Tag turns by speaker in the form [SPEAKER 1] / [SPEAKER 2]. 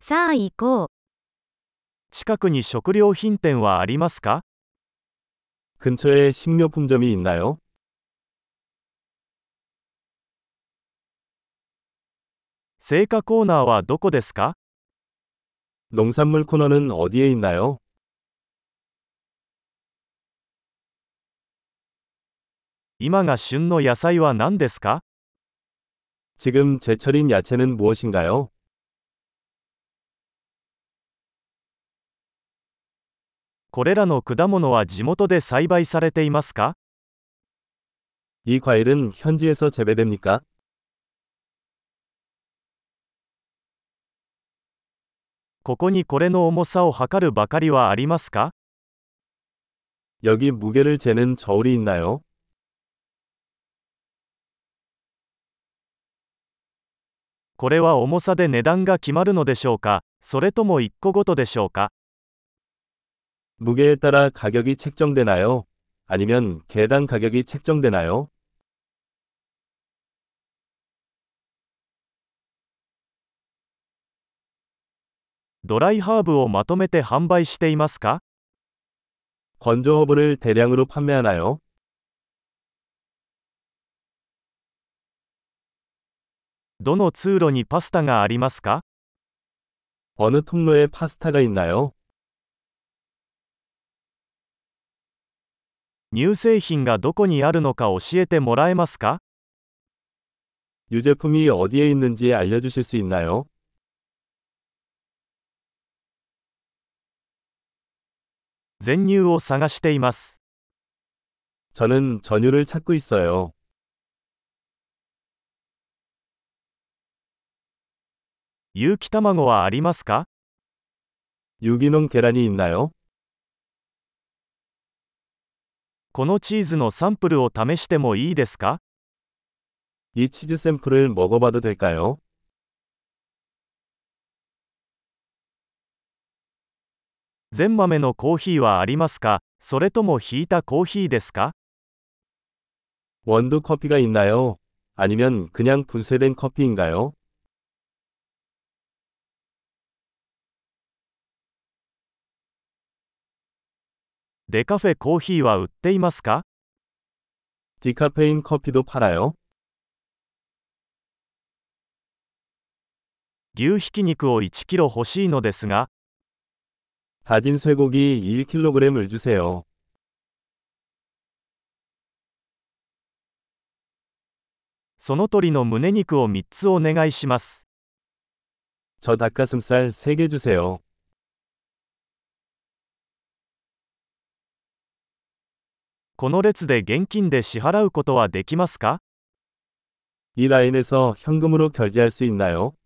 [SPEAKER 1] さあ行こう。
[SPEAKER 2] 近くに食料品店はありますか
[SPEAKER 3] 근처에 식료품점이 있나요?
[SPEAKER 2] 青果コーナーはどこですか
[SPEAKER 3] 농산물 코너는 어디에 있나요?
[SPEAKER 2] 今が旬の野菜は何ですか
[SPEAKER 3] 지금 제철인 야채는 무엇인가요?
[SPEAKER 2] これらの果物は地元で栽培されていますか
[SPEAKER 3] 이 과일은 현지에서 재배됩니까?
[SPEAKER 2] ここにこれの重さを測るばかりはありますか
[SPEAKER 3] 여기 무게를 재는 저울이 있나요?
[SPEAKER 2] これは重さで値段が決まるのでしょうかそれとも1個ごとでしょうか
[SPEAKER 3] 무게에 따라 가격이 책정되나요? 아니면 개당 가격이 책정되나요?
[SPEAKER 2] ドライハーブをまとめて販売していますか
[SPEAKER 3] 건조 허브를 대량으로 판매하나요?
[SPEAKER 2] どの通路にパスタがありますか
[SPEAKER 3] 어느 통로에 파스타가 있나요?
[SPEAKER 2] 乳製品がどこにあるのか教えてもらえますか
[SPEAKER 3] 유제품이 어디에 있는지 알려주실 수 있나요?
[SPEAKER 2] 全乳を探しています
[SPEAKER 3] 저는 전유를 찾고 있어요.
[SPEAKER 2] 有機卵はありますか
[SPEAKER 3] 유기농 계란이 있나요?
[SPEAKER 2] このチーズのサンプルを試してもいいですか
[SPEAKER 3] 이 치즈 샘플을 먹어봐도 될까요?
[SPEAKER 2] 全豆のコーヒーはありますかそれともひいたコーヒーですか
[SPEAKER 3] 원두 커피가 있나요? 아니면 그냥 분쇄된 커피인가요?
[SPEAKER 2] デカフェコーヒーは売っていますか
[SPEAKER 3] 디카페인 커피도 팔아요?
[SPEAKER 2] 牛ひき肉を1キロ欲しいのですが
[SPEAKER 3] 다진 쇠고기 1kg을 주세요.
[SPEAKER 2] その鳥の胸肉を3つお願いします
[SPEAKER 3] 저 닭가슴살 3개 주세요.
[SPEAKER 2] この列で現金で支払うことはできますか
[SPEAKER 3] 이 라인에서 현금으로 결제할 수 있나요?